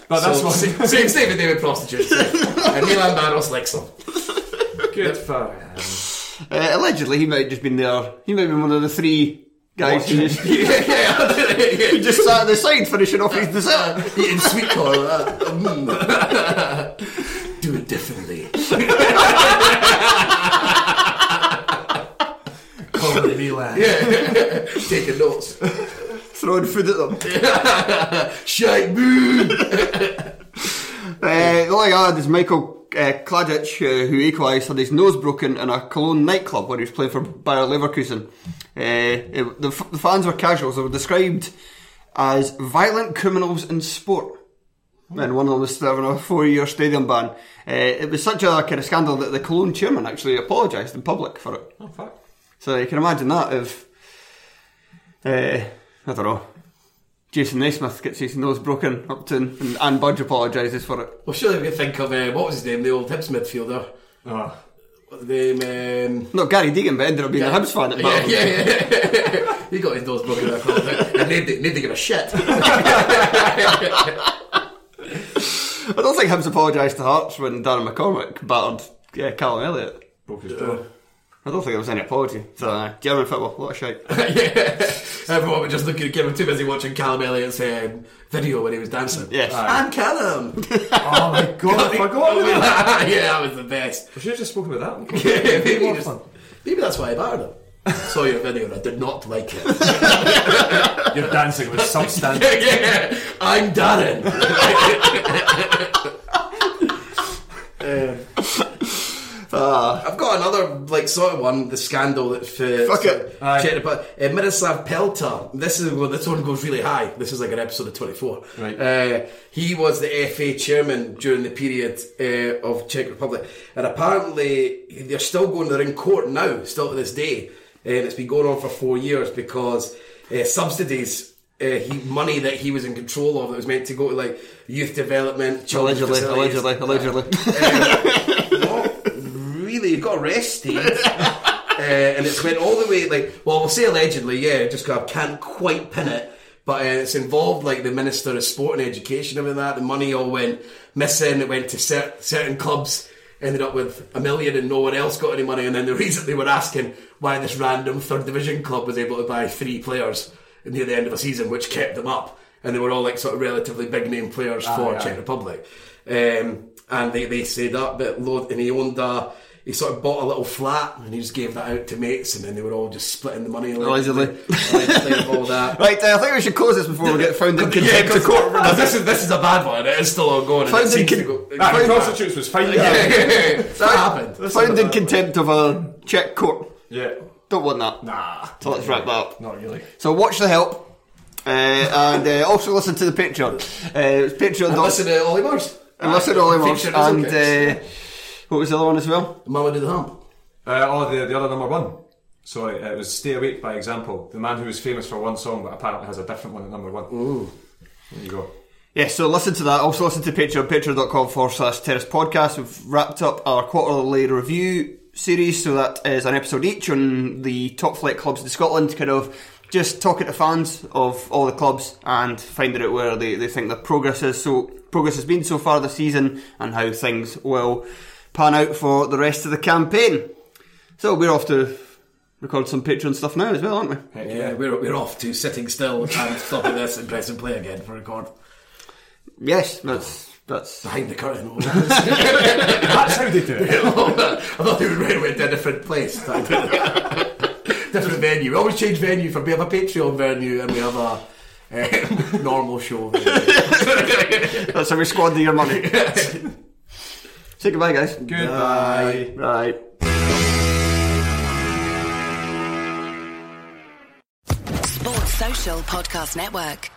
But that's so, what- same, same, same with David Prostitute. and Milan Barros likes him. Good for him. Uh, allegedly, he might have just been there. He might have been one of the three guys who just, he yeah, yeah, yeah. just sat at the side finishing off his dessert. eating sweet corn. Uh, mm. Do it differently. Call it Milan. Taking notes. throwing food at them. Shite boo. Uh, the only I had is Michael uh, Kladic, uh, who equalised, had his nose broken in a Cologne nightclub when he was playing for Bayer Leverkusen. Uh, it- the, f- the fans were casuals. They were described as violent criminals in sport. And one of them was serving a four-year stadium ban. Uh, it was such a kind of scandal that the Cologne chairman actually apologised in public for it. Oh, fuck. So you can imagine that if, uh, I don't know, Jason Naismith gets his nose broken, Upton, and Anne Budge apologises for it. Well, surely we could think of uh, what was his name, the old Hibs midfielder. Oh. What's his name? Um, No, Gary Deegan, but ended up being a Hibs fan at yeah, Barrow. yeah, yeah. he got his nose broken. I called it. And need to, need to give a shit. I don't think Hibs apologised to Hearts when Darren McCormick battered yeah, Callum Elliott. Broke his jaw. I don't think there was any apology. So, uh, German football, a lot of shite. yeah. Everyone was just looking at Kevin, too busy watching Callum Elliott's um, video when he was dancing. Yes. Aye. I'm Callum. Oh my god, I forgot about that. yeah, that was the best. We should have just spoken about that. Yeah, maybe, More just- fun. maybe that's why I barred him. Saw your video and I did not like it. Your dancing was substandard. yeah, yeah, I'm Darren. Um, I've got another like sort of one, the scandal that uh, Fuck it. Aye. But uh, Miroslav Pelta, this is well, this one goes really high. This is like an episode of Twenty Four. Right. Uh, he was the FA chairman during the period uh, of Czech Republic, and apparently they're still going. They're in court now, still to this day, and it's been going on for four years because uh, subsidies. Uh, he, money that he was in control of that was meant to go to like youth development, children's Allegedly, facilities. allegedly, allegedly. Not really. He got arrested. Uh, and it's went all the way, like, well, we'll say allegedly, yeah, just 'cause I can't quite pin it. But uh, it's involved, like, the Minister of Sport and Education and that. The money all went missing. It went to cer- certain clubs, ended up with a million, and no one else got any money. And then the reason they were asking why this random third division club was able to buy three players near the end of a season, which kept them up. And they were all, like, sort of relatively big name players for aye. Czech Republic. Um, and they, they say that, but Lord, and he owned a, he sort of bought a little flat and he just gave that out to mates and then they were all just splitting the money. like- Allegedly. Allegedly of all that. right, uh, I think we should close this before we get found in Yeah, contempt of because court. this is this is a bad one. It is still ongoing. And it Found in seems to con- go, Ah, Found- prostitutes was fine. Yeah, yeah, yeah. that happened. Found in contempt of a Czech court. Yeah. Don't want that. Nah. So let's wrap that up. Not really. So watch the help. Uh, and uh, also listen to the Patreon. Uh, it's patreon. And listen to Ollie Murs. And listen to Ollie Marsh. Featured as And okay. uh, what was the other one as well? Mama did the hump. Uh, oh, the, the other number one. Sorry, uh, it was Stay Awake by Example. The man who was famous for one song but apparently has a different one at number one. Ooh. There you go. Uh, Yeah, so listen to that. Also listen to Patreon, patreon.com forward slash terrace podcast. We've wrapped up our quarterly review series, so that is an episode each on the top flight clubs in Scotland, kind of just talking to fans of all the clubs and finding out where they, they think their progress is. So progress has been so far this season and how things will pan out for the rest of the campaign. So we're off to record some Patreon stuff now as well, aren't we? Heck Yeah, we're, we're off to sitting still and stopping this and pressing play again for record. Yes, that's that's Behind the curtain. That's how they do it. I thought they would right away to a different place. different venue. We always change venue for we have a Patreon venue and we have a eh, normal show. venue. that's how we squander your money. Say goodbye, guys. Goodbye. Right. Sports Social Podcast Network.